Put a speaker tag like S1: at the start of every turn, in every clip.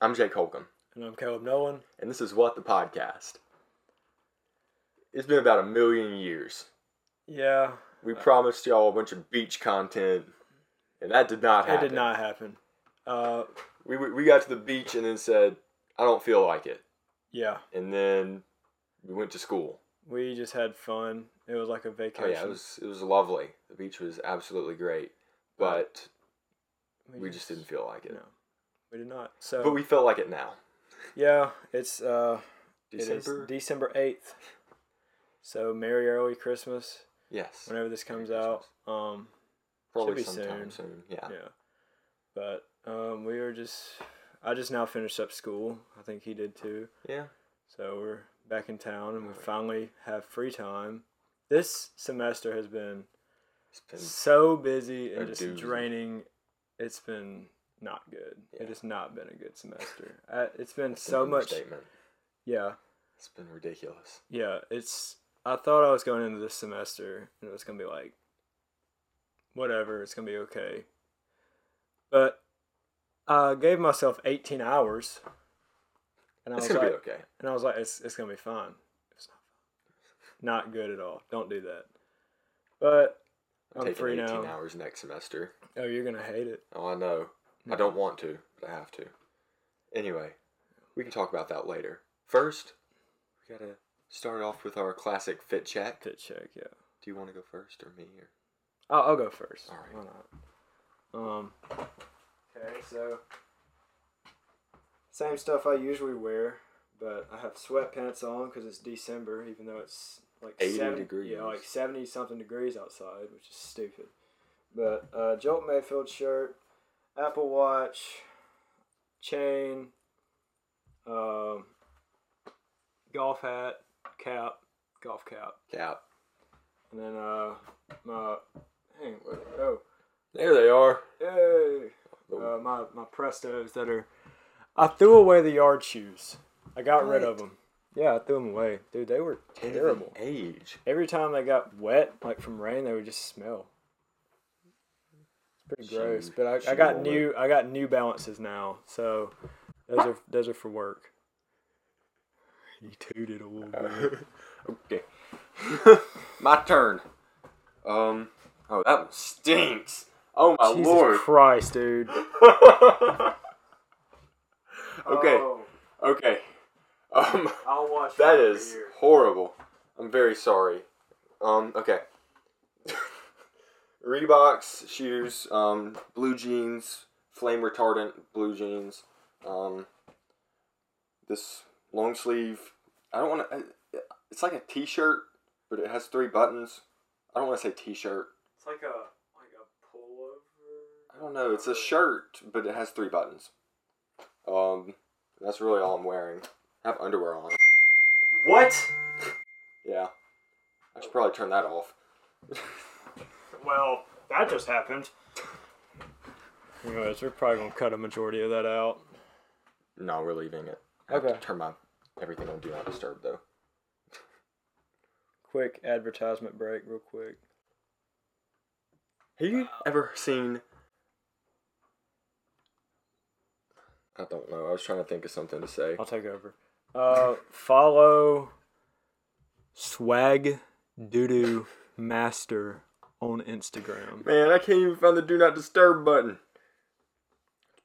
S1: I'm Jake Holcomb,
S2: And I'm Caleb Nolan.
S1: and this is What the Podcast. It's been about a million years.
S2: Yeah,
S1: We promised y'all a bunch of beach content, and that did not
S2: it
S1: happen.
S2: did not happen. Uh,
S1: We, we we got to the beach and then said, I don't feel like it.
S2: yeah,
S1: And then we went to school.
S2: we just had fun. It was like a
S1: Oh,
S2: vacation.
S1: yeah, it was, it was lovely. The beach was absolutely great, but we just didn't feel like it.
S2: No, we did not. So
S1: But we feel like it now.
S2: yeah, it's uh, it
S1: December?
S2: is December eighth. So merry early Christmas
S1: yes.
S2: whenever this comes
S1: Merry
S2: out.
S1: Christmas. Ah.
S2: Um,
S1: Probably
S2: be
S1: sometime
S2: soon.
S1: soon. Yeah.
S2: yeah, but um, we were just. I just now finished up school. I think he did too.
S1: Yeah.
S2: So we're back in town and we
S1: Alright.
S2: finally have free time. This semester has been
S1: It's been
S2: so busy
S1: a
S2: and just
S1: doozy.
S2: draining. It's been not good.
S1: Yeah.
S2: It has not been a good semester. Uh, it's been
S1: it's an
S2: so much.
S1: understatement.
S2: Yeah,
S1: It's been ridiculous.
S2: yeah. It's. I thought I was going into this semester and it was gonna be like, whatever. It's gonna be okay. But I gave myself 18 hours, and I
S1: It's
S2: was
S1: gonna
S2: like,
S1: be okay.
S2: And I was like, it's, it's going to be fine. It's not fine. Not good at all. Don't do that. But
S1: I'm
S2: I'm
S1: taking
S2: free
S1: 18
S2: now.
S1: hours next semester.
S2: Oh, you're going to hate it.
S1: Oh, I know. I don't want to, but I have to. Anyway, we can talk about that later. First, we gotta start off with our classic fit check.
S2: Pit check, yeah.
S1: Do you want to go first or me? Or...
S2: I'll, I'll go first.
S1: All right.
S2: Why not? Um, okay, so same stuff I usually wear, but I have sweatpants on because it's December, even though it's like
S1: 80
S2: 70,
S1: degrees.
S2: Yeah, like 70 something degrees outside, which is stupid. But uh, Jolt Mayfield shirt, Apple Watch, chain, um, golf hat, cap, golf cap.
S1: Cap.
S2: And then uh my hang what oh
S1: There they are.
S2: yay
S1: Oh.
S2: uh, my my Prestos that are I threw away the yard shoes. I got rid of them. Yeah, I threw them away, dude. They were
S1: Even
S2: terrible.
S1: Age.
S2: Every time they got wet, like from rain, they would just smell. It's pretty
S1: Shame-
S2: gross. But I, I
S1: shame
S2: got
S1: on
S2: new I got New Balances now, so those are those are for work. You tooted a little bit.
S1: Uh, Okay. My turn. Um. Oh, that one stinks. Oh my
S2: Jesus
S1: lord.
S2: Christ, dude.
S1: okay. Okay. Um.
S2: Oh, I'll watch
S1: That is horrible. I'm very sorry. Um, okay. Reeboks shoes, um, blue jeans, flame retardant blue jeans. Um, this long sleeve. I don't want to. It's like a T-shirt, but it has three buttons. I don't want to say T-shirt.
S2: It's like a like a pullover.
S1: I don't know. It's a shirt, but it has three buttons. Um, that's really all I'm wearing. I have underwear on.
S2: What?
S1: Yeah. I should probably turn that off.
S2: Well, that just happened. Anyways, we're probably gonna cut a majority of that out.
S1: No, we're leaving it. I have to
S2: Okay.
S1: turn my everything on do not disturb though.
S2: Quick advertisement break, real quick.
S1: Have you ever seen? I don't know. I was trying to think of something to say.
S2: I'll take over. Uh, follow Swag Doodoo Master on Instagram.
S1: Man, I can't even find the do not disturb button.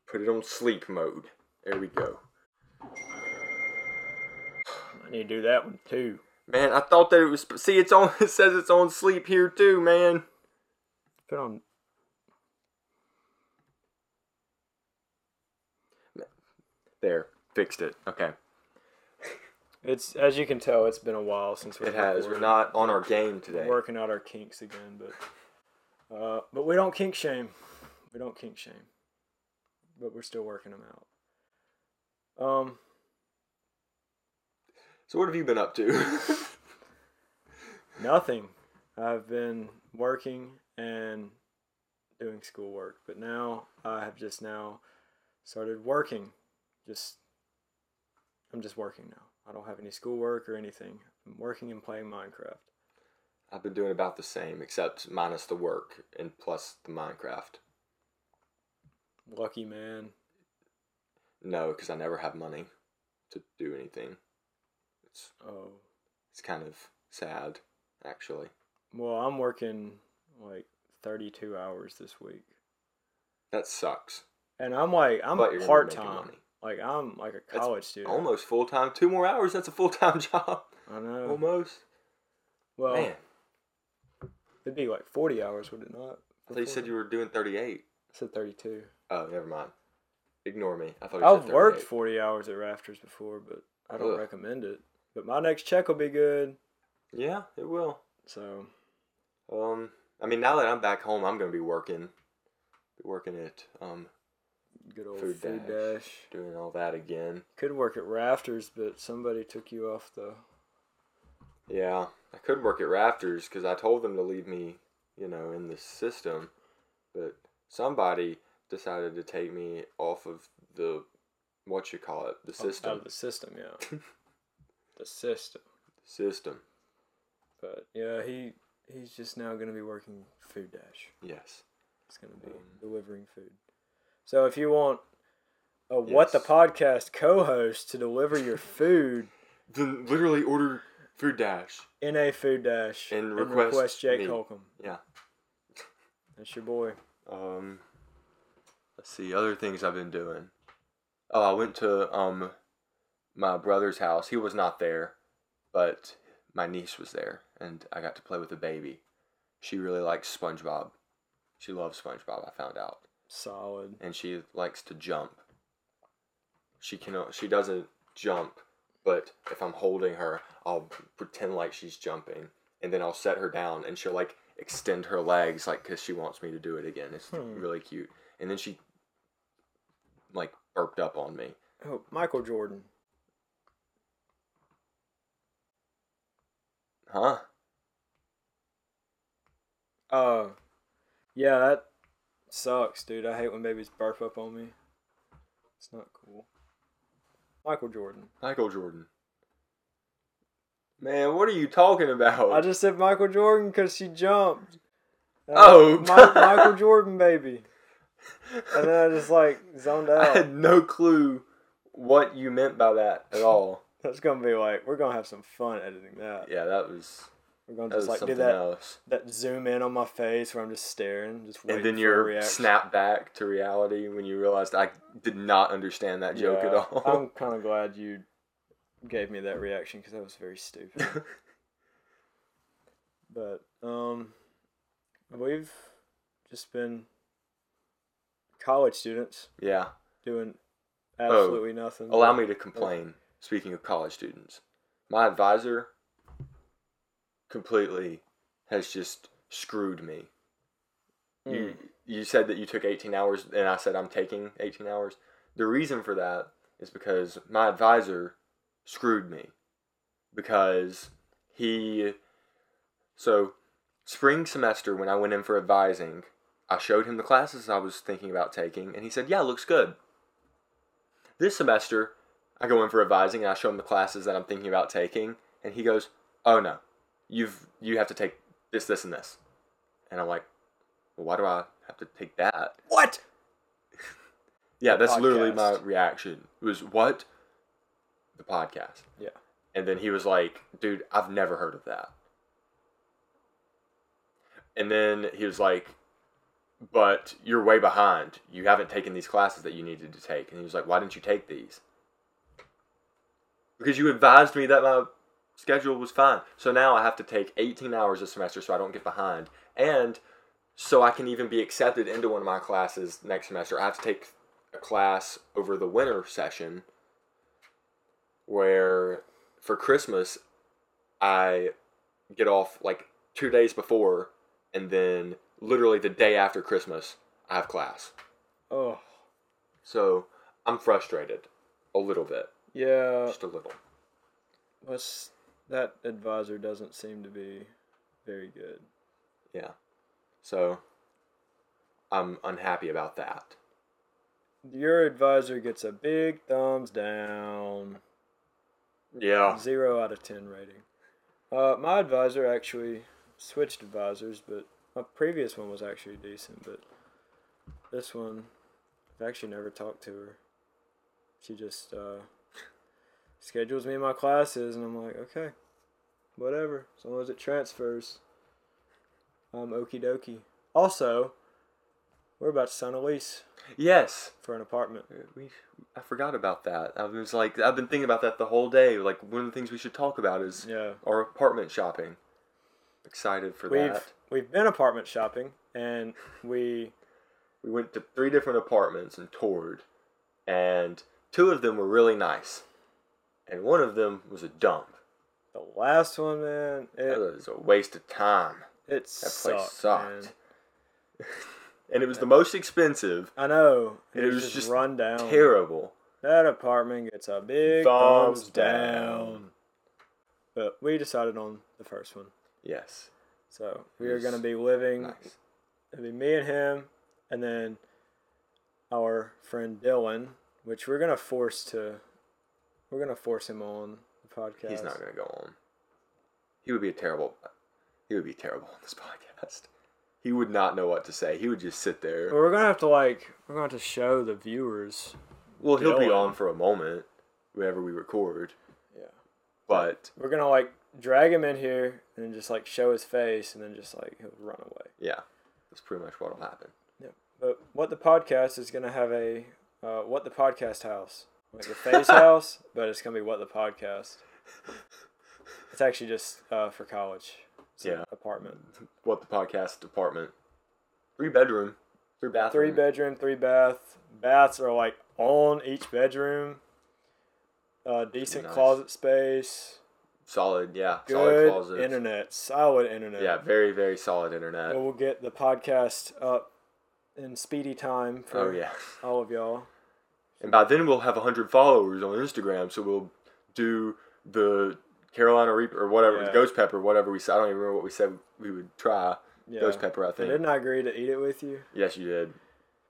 S1: Put it on sleep mode. There we go.
S2: I need to do that one too.
S1: Man, I thought that it was. See, it's on. It says it's on sleep here too, man.
S2: Put on.
S1: There, fixed it. Okay,
S2: It's as you can tell, it's been a while since we
S1: it has. We're
S2: recorded.
S1: not on our game today.
S2: working out our kinks again, but uh, but we don't kink shame. We don't kink shame, but we're still working them out. Um,
S1: So what have you been up to?
S2: nothing. I've been working and doing schoolwork, but now I have just now started working. Just I'm just working now. I don't have any schoolwork or anything. I'm working and playing Minecraft.
S1: I've been doing about the same, except minus the work and plus the Minecraft.
S2: Lucky man.
S1: No, because I never have money to do anything. It's
S2: Oh,
S1: it's kind of sad, actually.
S2: well, I'm working like 32 hours this week,
S1: That sucks.
S2: and I'm like I'm
S1: but you're gonna be
S2: part
S1: making
S2: time.
S1: money.
S2: Like I'm like a college student.
S1: Almost full time. Two more hours. That's a full time job.
S2: I know.
S1: Almost.
S2: Uh, well,
S1: Man,
S2: it'd be like 40 hours, would it not?
S1: I thought you said you were doing thirty eight.
S2: I said 32.
S1: Oh, never mind. Ignore me. I thought Oh, you
S2: I've
S1: said
S2: worked
S1: 38.
S2: 40 hours at Rafters before, but I don't
S1: Ugh.
S2: recommend it. But my next check will be good.
S1: Yeah, it will.
S2: So
S1: Um, I mean, now that I'm back home, I'm gonna be working, be working at um,
S2: good old
S1: Food
S2: food,
S1: Dash.
S2: dash.
S1: doing all that again.
S2: Could work at Rafters, but somebody took you off the.
S1: Yeah, I could work at Rafters because I told them to leave me, you know, in the system, but somebody decided to take me off of the what you call it, the
S2: Out
S1: system,
S2: of the system, yeah. the system.
S1: system.
S2: But yeah, he he's just now going to be working food dash.
S1: Yes.
S2: It's going to be
S1: Um,
S2: delivering food. So if you want a what the
S1: Yes.
S2: podcast co-host to deliver your food
S1: Then literally order food dash.
S2: in a food dash
S1: And request
S2: Jake
S1: me.
S2: Holcomb.
S1: Yeah.
S2: That's your boy.
S1: Um, let's see other things I've been doing. Oh, I went to um my brother's house. He was not there, but my niece was there, and I got to play with the baby. She really likes SpongeBob. She loves SpongeBob. I found out,
S2: Solid.
S1: and she likes to jump. She can. She doesn't jump, but if I'm holding her, I'll pretend like she's jumping, and then I'll set her down, and she'll like extend her legs, like because she wants me to do it again. It's
S2: Hmm.
S1: really cute. And then she like burped up on me.
S2: Oh, Michael Jordan.
S1: Huh?
S2: Uh, yeah, that sucks, dude. I hate when babies burp up on me. It's not cool. Michael Jordan.
S1: Michael Jordan. Man, what are you talking about?
S2: I just said Michael Jordan because she jumped. And
S1: Oh.
S2: I- Mi- Michael Jordan, baby. And then I just like zoned
S1: I
S2: out.
S1: had no clue what you meant by that at all.
S2: That's gonna be like we're gonna have some fun editing that.
S1: yeah, that was
S2: We're gonna
S1: that was
S2: just like do
S1: Oh, something
S2: that
S1: else.
S2: that zoom in on my face where I'm just staring, just waiting
S1: And then
S2: for a
S1: you're
S2: reaction.
S1: snapped back to reality when you realized I did not understand that joke at
S2: Yeah,
S1: all.
S2: I'm kind of glad you gave me that reaction because that was very stupid. but um, we've just been college students
S1: yeah.
S2: doing absolutely nothing.
S1: Oh, Allow me to complain. Speaking of college students, my advisor completely has just screwed me.
S2: Hmm.
S1: You you said that you took 18 hours, and I said I'm taking 18 hours. The reason for that is because my advisor screwed me because he so spring semester when I went in for advising, I showed him the classes I was thinking about taking, and he said, "Yeah, looks good." This semester, I go in for advising, and I show him the classes that I'm thinking about taking, and he goes, "Oh no, you've you have to take this, this, and this," and I'm like, well, "Why do I have to take that?"
S2: What?
S1: Yeah, that's literally my
S2: podcast.
S1: reaction. It was what the podcast.
S2: Yeah.
S1: And then he was like, dude, I've never heard of that. And then he was like, but you're way behind. You haven't taken these classes that you needed to take. And he was like, why didn't you take these? Because you advised me that my schedule was fine. So now I have to take 18 hours a semester so I don't get behind. And so I can even be accepted into one of my classes next semester. I have to take a class over the winter session where for Christmas, I get off like two days before, and then literally the day after Christmas, I have class.
S2: Oh,
S1: So I'm frustrated a little bit,
S2: yeah.
S1: just a little.
S2: What's that advisor doesn't seem to be very good.
S1: Yeah. So I'm unhappy about that.
S2: Your advisor gets a big thumbs down.
S1: Yeah.
S2: Zero out of ten rating. Uh, my advisor actually switched advisors, but my previous one was actually decent, but this one I've actually never talked to her. She just uh, schedules me my classes, and I'm like, okay, whatever. As long as it transfers, um, okie dokie. Also, we're about to sign a lease
S1: Yes.
S2: for an apartment.
S1: We, I forgot about that. I was like, I've been thinking about that the whole day. Like, one of the things we should talk about is
S2: Yeah.
S1: our apartment shopping. Excited for
S2: We've
S1: that.
S2: we've been apartment shopping, and we
S1: We went to three different apartments and toured, and two of them were really nice, and one of them was a dump.
S2: the last one, man,
S1: It
S2: it
S1: was a waste of time,
S2: it
S1: That
S2: sucked.
S1: place
S2: man.
S1: sucked. and it was the most expensive.
S2: I know.
S1: It was just
S2: run down.
S1: Terrible.
S2: That apartment gets a big thumbs,
S1: Thumbs
S2: down.
S1: down.
S2: But we decided on the first one.
S1: Yes.
S2: So we are
S1: Yes.
S2: going to be living,
S1: Nice.
S2: it'll be me and him, and then our friend Dylan, which we're going to force to, we're going to force him on the podcast.
S1: He's not gonna go on. He would be a terrible. He would be terrible on this podcast. He would not know what to say. He would just sit there.
S2: But we're going to have to like, we're going to have to show the viewers.
S1: Well, he'll be
S2: Dylan.
S1: on for a moment whenever we record,
S2: Yeah.
S1: but
S2: We're going to like drag him in here and then just like show his face and then just like he'll run away.
S1: yeah, that's pretty much what'll happen.
S2: But what the podcast is going to have a uh, what the podcast house, like the face house, but it's going to be what the podcast. It's actually just uh, for college. It's an
S1: Yeah.
S2: apartment,
S1: What the podcast department? Three bedroom, three bathroom.
S2: three bedroom, three bath. Baths are like on each bedroom. Uh, decent
S1: Nice.
S2: closet space,
S1: Solid, yeah. solid
S2: good
S1: closet.
S2: internet, solid internet.
S1: Yeah, very very solid internet.
S2: But we'll get the podcast up in speedy time for
S1: Oh yeah.
S2: all of y'all.
S1: And by then we'll have 100 followers on Instagram, so we'll do the Carolina Reaper or whatever,
S2: Yeah.
S1: Ghost Pepper, whatever we said. I don't even remember what we said we would try.
S2: Yeah.
S1: Ghost Pepper, I think.
S2: Didn't I agree to eat it with you?
S1: yes, you did.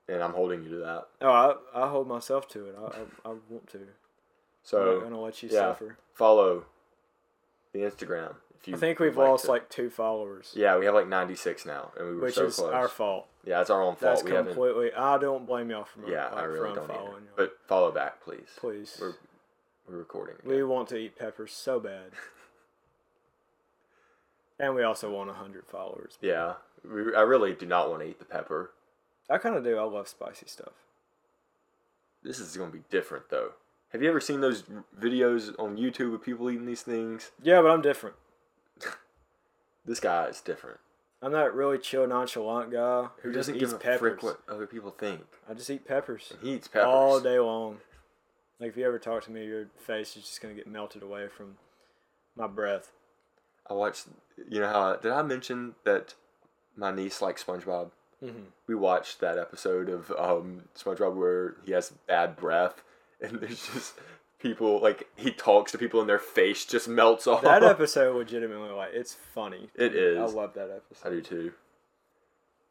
S1: And I'm holding you to that.
S2: Oh, I, I hold myself to it. I, I, I want to. I'm not
S1: So
S2: gonna let you
S1: yeah.
S2: suffer.
S1: follow the Instagram. If you
S2: I think we've
S1: would like
S2: lost
S1: to.
S2: like two followers,
S1: Yeah, we have like 96 now, and we were
S2: which
S1: so
S2: is
S1: close.
S2: our fault.
S1: yeah, it's our own fault.
S2: That's
S1: we haven't.
S2: completely. I don't blame y'all for
S1: Yeah,
S2: uh,
S1: I really
S2: for
S1: don't. Either.
S2: unfollowing y'all.
S1: But follow back, please.
S2: Please,
S1: We're, we're recording.
S2: we want to eat peppers so bad, and we also want hundred followers.
S1: Yeah, we, I really do not want to eat the pepper.
S2: I kind of do. I love spicy stuff.
S1: This is going to be different, though. Have you ever seen those videos on YouTube of people eating these things?
S2: Yeah, but I'm different.
S1: This guy is different.
S2: I'm that really chill, nonchalant guy
S1: Who
S2: just
S1: doesn't give
S2: eats
S1: a
S2: peppers.
S1: frick what other people think?
S2: I just eat peppers.
S1: And he eats peppers.
S2: all day long. Like if you ever talk to me, your face is just gonna get melted away from my breath.
S1: I watched. You know how did I mention that my niece likes SpongeBob?
S2: Mhm.
S1: We watched that episode of um, SpongeBob where he has bad breath, and there's just people like he talks to people and their face just melts off.
S2: That episode legitimately, like, it's funny.
S1: It
S2: I
S1: is.
S2: love that
S1: I
S2: episode.
S1: do too.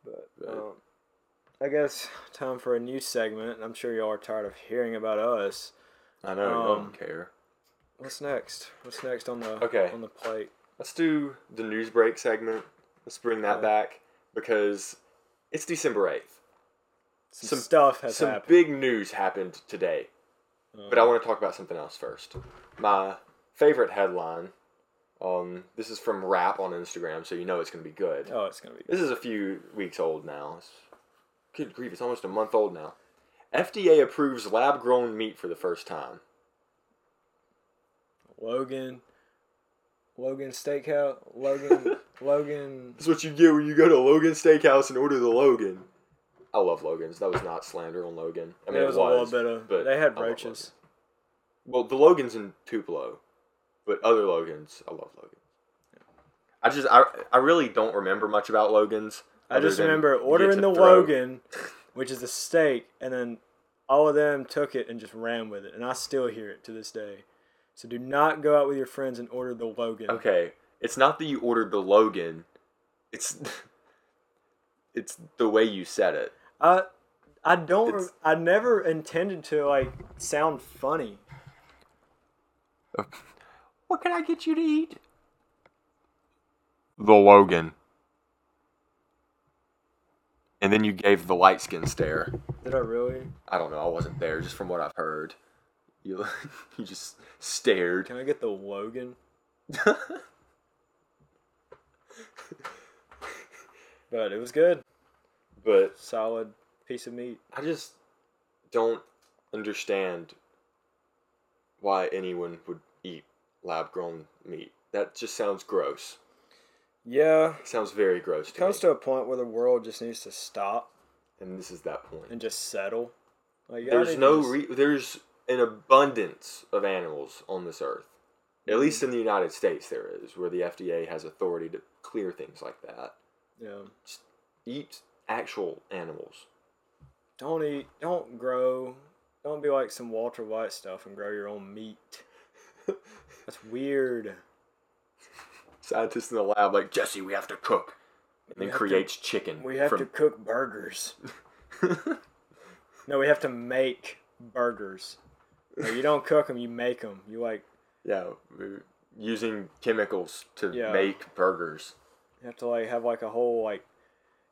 S2: But
S1: But-
S2: um, I guess time for a new segment. I'm sure y'all are tired of hearing about us.
S1: I know. I
S2: Um,
S1: don't care.
S2: What's next? What's next on the
S1: Okay.
S2: on the plate?
S1: Let's do the news break segment. Let's bring that
S2: Okay.
S1: back because it's December 8th.
S2: Some,
S1: Some-
S2: stuff has
S1: Some
S2: happened.
S1: big news happened today, but I want to talk about something else first. My favorite headline um, this is from Rap on Instagram, so you know it's going to be good.
S2: oh, it's gonna be good.
S1: This is a few weeks old now. It's, good grief, it's almost a month old now. FDA approves lab grown meat for the first time.
S2: Logan. Logan Steakhouse. Logan. Logan.
S1: That's what you get when you go to Logan Steakhouse and order the Logan. I love Logan's. That was not slander on Logan. I mean,
S2: there was,
S1: it was
S2: a little bit
S1: but
S2: of. They had
S1: I love
S2: roaches.
S1: Well, the Logan's in Tupelo, but other Logan's, I love Logan. I just, I, I really don't remember much about Logan's.
S2: I
S1: other
S2: just
S1: than
S2: remember
S1: you get
S2: ordering
S1: to
S2: the
S1: throw-
S2: Logan, which is a steak, and then all of them took it and just ran with it, and I still hear it to this day. So do not go out with your friends and order the Logan.
S1: Okay, it's not that you ordered the Logan, it's, it's the way you said it.
S2: I I don't.
S1: It's-
S2: I never intended to like sound funny.
S1: What can I get you to eat? The Logan. And then you gave the light skin stare.
S2: Did I really?
S1: I don't know. I wasn't there, just from what I've heard. You you just stared.
S2: Can I get the Logan? But it was good.
S1: but
S2: Solid piece of meat.
S1: I just don't understand why anyone would eat lab grown meat. That just sounds gross.
S2: Yeah.
S1: It sounds very gross
S2: It
S1: to
S2: comes
S1: me.
S2: to a point where the world just needs to stop
S1: and this is that point.
S2: and just settle. Like, y'all need
S1: There's
S2: to
S1: no
S2: just-
S1: re- there's an abundance of animals on this earth.
S2: Mm-hmm.
S1: At least in the United States there is where the FDA has authority to clear things like that.
S2: yeah.
S1: Eat actual animals.
S2: Don't eat. Don't grow. Don't be like some Walter White stuff and grow your own meat. That's weird.
S1: Scientists in the lab like Jesse, we have to cook. And
S2: We
S1: then
S2: have to-
S1: creates chicken
S2: We have
S1: from
S2: to cook burgers. no, we have to make burgers. No, you don't cook them. You make them. You like
S1: Yeah, we're using chemicals to
S2: Yeah.
S1: make burgers.
S2: You have to like have like a whole like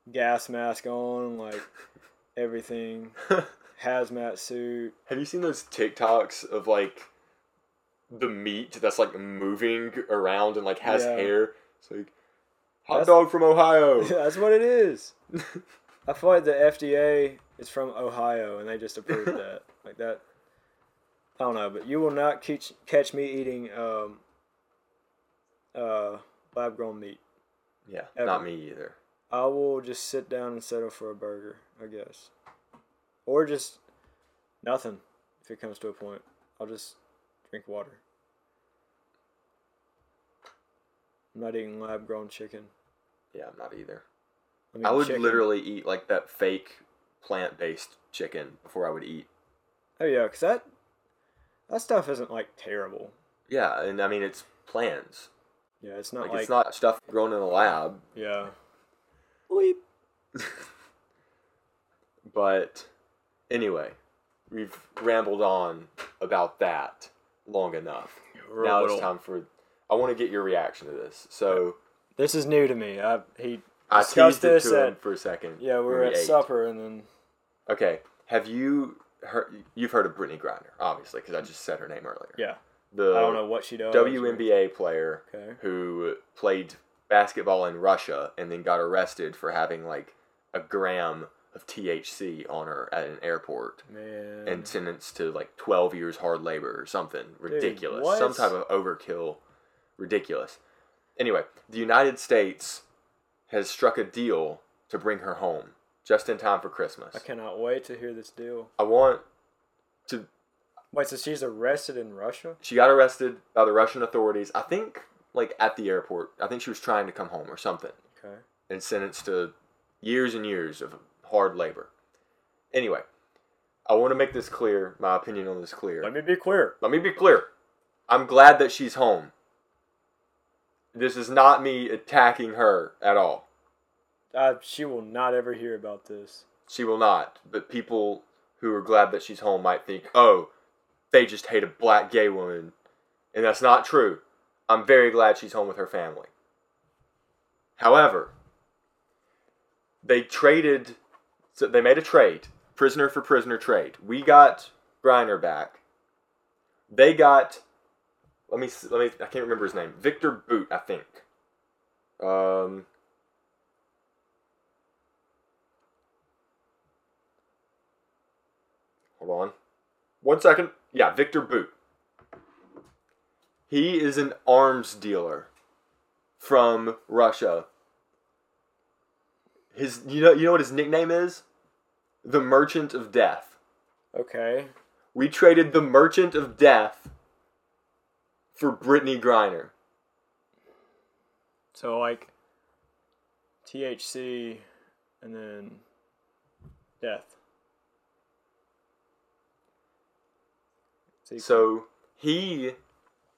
S2: gas mask on, like everything, hazmat suit.
S1: Have you seen those TikToks of like the meat that's like moving around and like has
S2: Yeah.
S1: hair? It's like hot
S2: That's-
S1: dog from Ohio.
S2: That's what it is. I feel like the FDA is from Ohio and they just approved that. Like that. I don't know, but you will not catch catch me eating um uh lab grown meat.
S1: yeah,
S2: Ever.
S1: not me either.
S2: I will just sit down and settle for a burger, I guess. Or just nothing if it comes to a point. I'll just drink water. I'm not eating lab grown chicken.
S1: Yeah, I'm not either.
S2: I,
S1: I
S2: mean,
S1: would
S2: chicken.
S1: literally eat like that fake plant based chicken before I would eat.
S2: Oh, yeah, because that, that stuff isn't like terrible.
S1: Yeah, and I mean it's plants.
S2: Yeah, it's not
S1: Like,
S2: like.
S1: it's not stuff grown in a lab.
S2: yeah.
S1: But anyway, we've rambled on about that long enough. now it's time for. I want to get your reaction to this. So
S2: This is new to me. I, he
S1: I
S2: discussed
S1: teased it
S2: this
S1: to him
S2: at.
S1: for a second.
S2: Yeah,
S1: when
S2: we were at
S1: ate.
S2: supper and then.
S1: Okay, have you heard? You've heard of Brittany Griner, obviously, because I just said her name earlier.
S2: Yeah.
S1: The
S2: I don't know what she does. or-
S1: WNBA player
S2: Okay.
S1: who played basketball in Russia and then got arrested for having like a gram of THC on her at an airport.
S2: Man.
S1: and sentenced to like 12 years hard labor or something ridiculous
S2: what?
S1: some type of overkill ridiculous anyway the united states has struck a deal to bring her home just in time for christmas
S2: I cannot wait to hear this deal.
S1: i want to
S2: Wait, so she's arrested in Russia?
S1: she got arrested by the russian authorities i think like at the airport i think she was trying to come home or something
S2: Okay.
S1: and sentenced to years and years of hard labor anyway i want to make this clear my opinion on this clear
S2: Let me be clear.
S1: Let me be clear. I'm glad that she's home. This is not me attacking her at all.
S2: Uh, she will not ever hear about this.
S1: She will not. But people who are glad that she's home might think, oh, they just hate a black gay woman. And that's not true. I'm very glad she's home with her family. However, they traded, so they made a trade, prisoner for prisoner trade. We got Griner back. They got, let me, s- let me, I can't remember his name. Victor Boot, I think. Um, Hold on. One second. Yeah, Victor Boot. He is an arms dealer from Russia. His you know you know what his nickname is? The Merchant of Death.
S2: Okay.
S1: We traded the Merchant of Death for Brittany Griner.
S2: So, like, THC and then death. Sequel.
S1: So he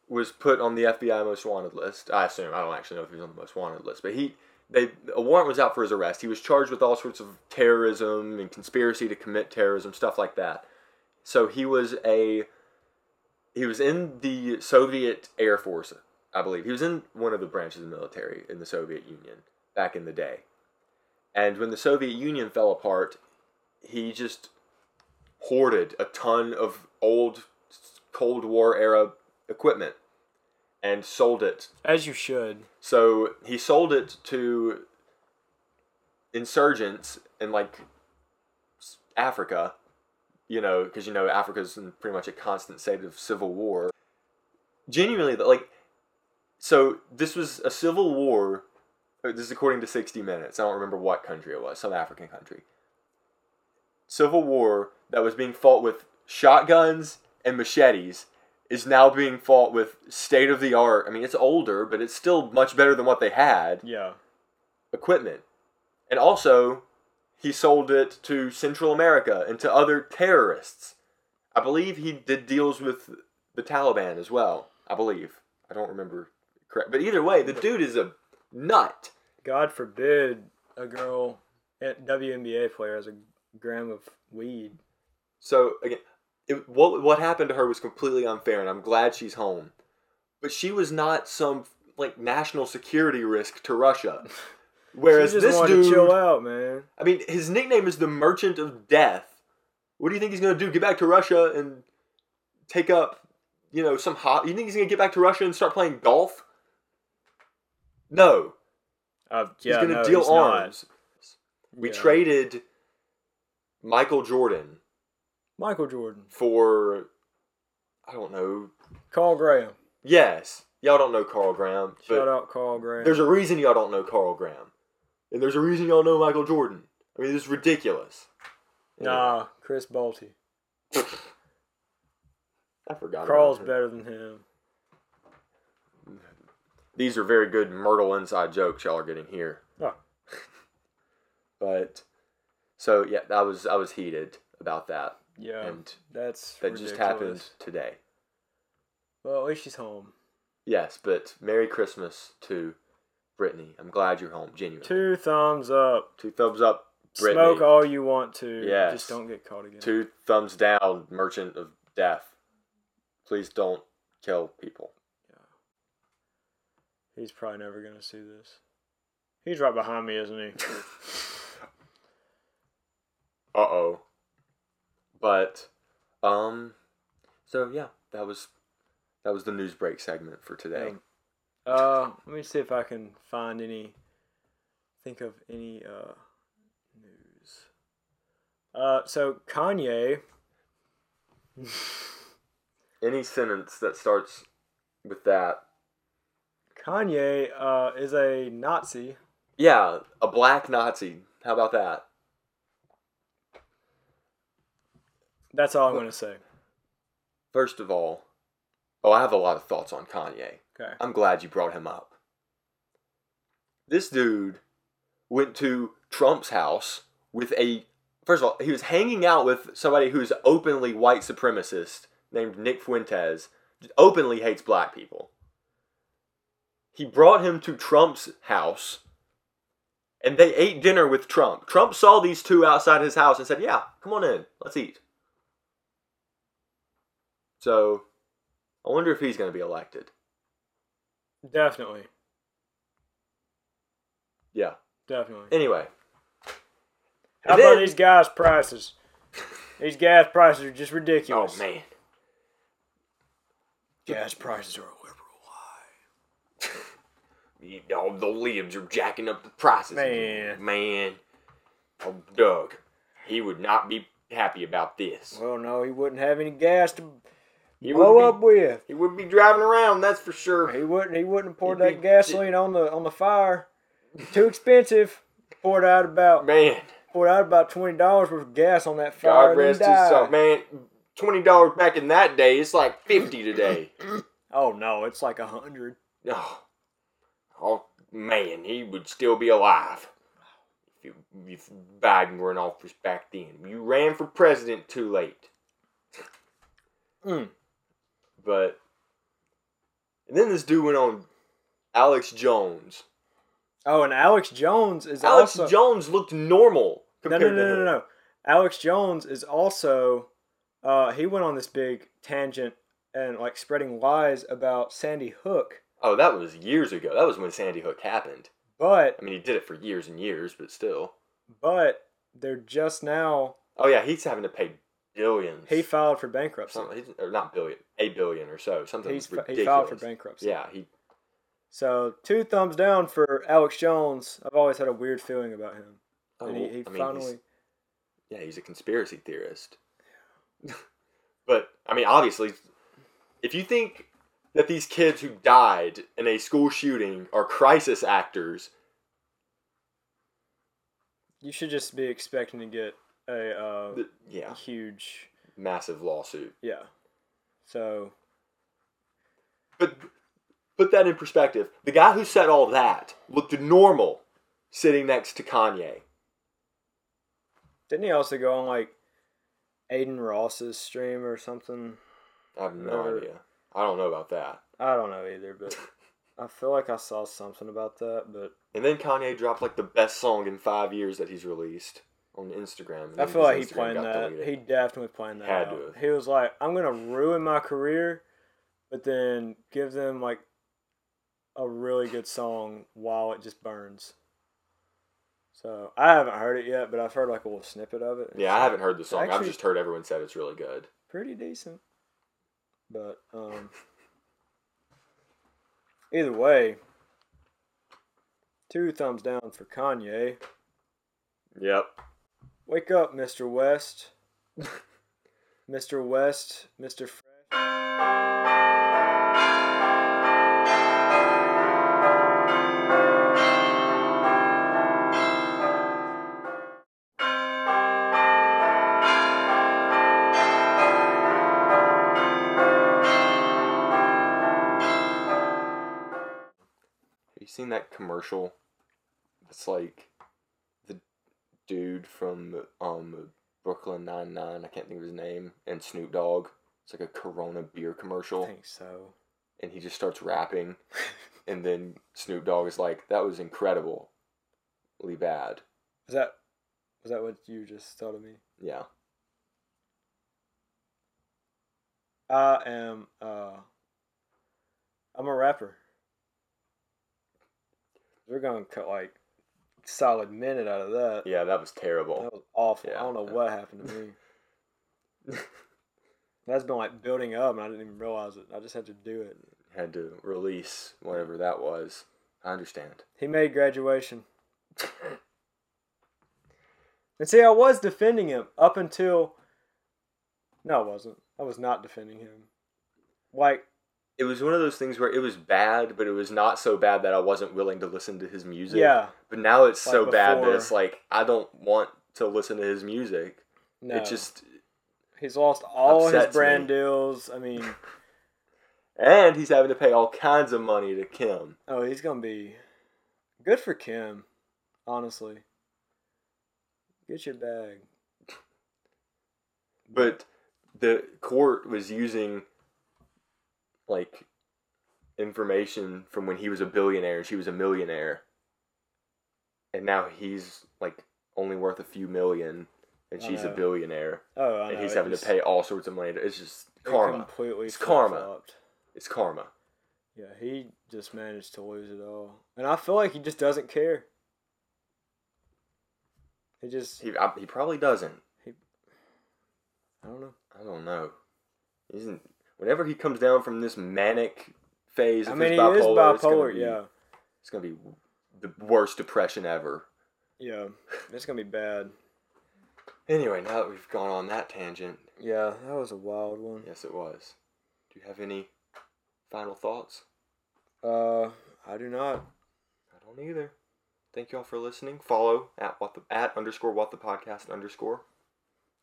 S1: was put on the FBI most wanted list. I assume I don't actually know if he was on the most wanted list, but he they a warrant was out for his arrest. He was charged with all sorts of terrorism and conspiracy to commit terrorism, stuff like that. So he was a he was in the Soviet Air Force, I believe. He was in one of the branches of the military in the Soviet Union back in the day. And when the Soviet Union fell apart, he just hoarded a ton of old Cold War era equipment and sold it.
S2: As you should.
S1: So he sold it to insurgents in like s- Africa, you know, because you know Africa's in pretty much a constant state of civil war. Genuinely, though, like, so this was a civil war. uh, This is according to 60 Minutes. I don't remember what country it was, some African country. Civil war that was being fought with shotguns and machetes is now being fought with state of the art. I mean, it's older, but it's still much better than what they had
S2: Yeah.
S1: equipment. And also, he sold it to Central America and to other terrorists. I believe he did deals with the Taliban as well. I believe. I don't remember correct. But either way, the dude is a nut.
S2: God forbid a girl, a WNBA player, has a gram of weed.
S1: So again, it, what what happened to her was completely unfair, and I'm glad she's home. But she was not some like national security risk to Russia. Whereas
S2: she just
S1: this
S2: wanted
S1: dude,
S2: to chill out, man.
S1: I mean, his nickname is the Merchant of Death. What do you think he's gonna do? Get back to Russia and take up, you know, some hot? You think he's gonna get back to Russia and start playing golf? No,
S2: Uh,
S1: he's
S2: yeah,
S1: gonna
S2: no,
S1: deal
S2: he's not.
S1: arms. We
S2: Yeah.
S1: traded Michael Jordan
S2: Michael Jordan,
S1: for, I don't know.
S2: Carl Graham.
S1: Yes, y'all don't know Carl Graham, but
S2: Shout out Carl Graham.
S1: there's a reason y'all don't know Carl Graham, and there's a reason y'all know Michael Jordan. I mean, this is ridiculous.
S2: nah, Chris Bolte.
S1: I forgot. about
S2: Carl's
S1: him.
S2: better than him.
S1: these are very good Myrtle inside jokes y'all are getting here.
S2: Oh.
S1: But so yeah, I was I was heated about that,
S2: Yeah,
S1: and
S2: that's
S1: that
S2: ridiculous.
S1: just happened today.
S2: Well, at least she's home.
S1: Yes, but Merry Christmas to Brittany. I'm glad you're home. Genuinely, two,
S2: Two thumbs up.
S1: thumbs up, Brittany.
S2: Smoke all you want to.
S1: Yes.
S2: Just don't get caught again.
S1: two thumbs down, Merchant of Death. Please don't kill people.
S2: He's probably never gonna see this. He's right behind me, isn't he?
S1: Uh oh. But, um, so yeah, that was that was the news break segment for today.
S2: Yeah. Uh, let me see if I can find any. Think of any uh, news. Uh, so Kanye.
S1: Any sentence that starts with that,
S2: Kanye uh, is a Nazi.
S1: yeah, a black Nazi. How about that?
S2: That's all I'm gonna say.
S1: First of all, oh, I have a lot of thoughts on Kanye.
S2: Okay.
S1: I'm glad you brought him up. This dude went to Trump's house with a. First of all, he was hanging out with somebody who's openly white supremacist named Nick Fuentes, openly hates black people. He brought him to Trump's house and they ate dinner with Trump. Trump saw these two outside his house and said, Yeah, come on in, let's eat. So, I wonder if he's going to be elected.
S2: Definitely.
S1: Yeah.
S2: Definitely.
S1: Anyway,
S2: How
S1: And
S2: about
S1: then-
S2: these gas prices? These gas prices are just ridiculous.
S1: oh man,
S2: Gas prices are a liberal
S1: You- all the libs are jacking up the prices.
S2: Man.
S1: man, oh, Doug, he would not be happy about this.
S2: Well, no, he wouldn't have any gas to
S1: He
S2: blow
S1: would
S2: up with.
S1: Be, he would be driving around, that's for sure.
S2: He wouldn't. He wouldn't pour
S1: He'd
S2: that
S1: be-
S2: gasoline on the on the fire. Too expensive. Poured out about
S1: Man,
S2: poured out about twenty dollars worth of gas on that fire.
S1: God
S2: and he
S1: rest his
S2: died.
S1: soul. Man, twenty dollars back in that day, it's like fifty today.
S2: Oh no, it's like a hundred.
S1: oh, oh man, he would still be alive. If, if Biden were in office back then, you ran for president too late.
S2: Mm.
S1: But and then this dude went on Alex Jones.
S2: Oh, and Alex Jones is
S1: Alex
S2: also
S1: Jones looked normal
S2: no,
S1: compared
S2: no, no,
S1: to
S2: no, no,
S1: him.
S2: no. Alex Jones is also. Uh, he went on this big tangent and like spreading lies about Sandy Hook,
S1: Oh, that was years ago. That was when Sandy Hook happened.
S2: but
S1: I mean, he did it for years and years, but still.
S2: but they're just now
S1: Oh yeah, he's having to pay billions.
S2: He filed for bankruptcy.
S1: Some- he's- or not billion, a billion or so. Something
S2: He's,
S1: ridiculous.
S2: he filed for bankruptcy.
S1: Yeah, he
S2: So two thumbs down for Alex Jones. I've always had a weird feeling about him,
S1: oh,
S2: and he, he
S1: I mean,
S2: finally.
S1: he's, yeah, he's a conspiracy theorist. but I mean, obviously, if you think that these kids who died in a school shooting are crisis actors,
S2: You should just be expecting to get a
S1: th-
S2: uh,
S1: yeah,
S2: huge,
S1: massive lawsuit.
S2: yeah. So
S1: But put that in perspective. The guy who said all that looked normal sitting next to Kanye.
S2: didn't he also go on like Aiden Ross's stream or something?
S1: I have no
S2: Never-
S1: idea. I don't know about that.
S2: I don't know either, but I feel like I saw something about that. But
S1: And then Kanye dropped like the best song in five years that he's released on Instagram. and
S2: I
S1: then his
S2: feel like he
S1: Instagram
S2: planned
S1: got
S2: that.
S1: deleted.
S2: He definitely planned that.
S1: Had
S2: out.
S1: to have.
S2: He was like, I'm gonna ruin my career, but then give them like a really good song while it just burns. So I haven't heard it yet, but I've heard like a little snippet of it.
S1: yeah, I haven't heard the song. I've
S2: Actually-
S1: just heard everyone said it's really good.
S2: pretty decent. But um, either way, two thumbs down for Kanye.
S1: Yep.
S2: Wake up, Mr. West. Mr. West, Mr. Fresh.
S1: Have you seen that commercial? It's like the dude from um Brooklyn Nine Nine. I can't think of his name. And Snoop Dogg. It's like a Corona beer
S2: I
S1: commercial,
S2: think so.
S1: and he just starts rapping, and then Snoop Dogg is like, "That was incredibly bad."
S2: Is that was that what you just thought of me?
S1: Yeah.
S2: I am uh I'm a rapper. We're gonna cut like solid minute out of that.
S1: Yeah, that was terrible.
S2: That was awful.
S1: Yeah.
S2: I don't know what happened to me. That's been like building up, and I didn't even realize it. I just had to do it.
S1: had to release whatever that was. I understand.
S2: He made graduation, and see, I was defending him up until. No, I wasn't. I was not defending him. Like
S1: It was one of those things where it was bad, but it was not so bad that I wasn't willing to listen to his music.
S2: yeah,
S1: But now it's so
S2: Like
S1: bad that
S2: before.
S1: it's like I don't want to listen to his music.
S2: no.
S1: It just
S2: he's lost all his
S1: upsets
S2: brand
S1: me.
S2: deals. I mean,
S1: and he's having to pay all kinds of money to Kim.
S2: oh, he's gonna be good for Kim. Honestly, get your bag.
S1: But the court was using like information from when he was a billionaire and she was a millionaire. And now he's like only worth a few million and
S2: I
S1: she's a
S2: know.
S1: billionaire.
S2: Oh, I know.
S1: and he's
S2: it
S1: having
S2: just-
S1: to pay all sorts of money. To, it's just
S2: it
S1: karma.
S2: Completely
S1: It's karma.
S2: flip-flopped.
S1: It's karma.
S2: Yeah, he just managed to lose it all, and I feel like he just doesn't care. He just,
S1: He, I, he probably doesn't.
S2: I don't know.
S1: I don't know. Isn't whenever he comes down from this manic phase?
S2: I
S1: Of
S2: mean, he
S1: his bipolar,
S2: is
S1: It's gonna
S2: bipolar.
S1: be,
S2: Yeah,
S1: it's gonna be the worst depression ever.
S2: yeah, it's gonna be bad.
S1: Anyway, now that we've gone on that tangent,
S2: Yeah, that was a wild one.
S1: yes, it was. Do you have any final thoughts?
S2: Uh, I do not.
S1: I don't either. Thank you all for listening. Follow at what the at underscore what the podcast underscore.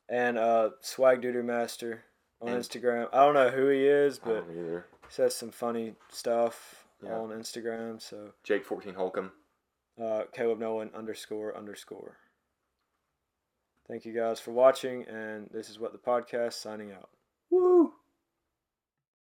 S2: And uh, Swag Doodoo Master on
S1: And-
S2: Instagram. I don't know who he is,
S1: I
S2: but
S1: don't either.
S2: he says some funny stuff
S1: Yeah.
S2: on Instagram. So
S1: Jake fourteen Holcomb.
S2: uh, Caleb Nolan underscore underscore. Thank you guys for watching, and this is what the podcast signing out.
S1: Woo.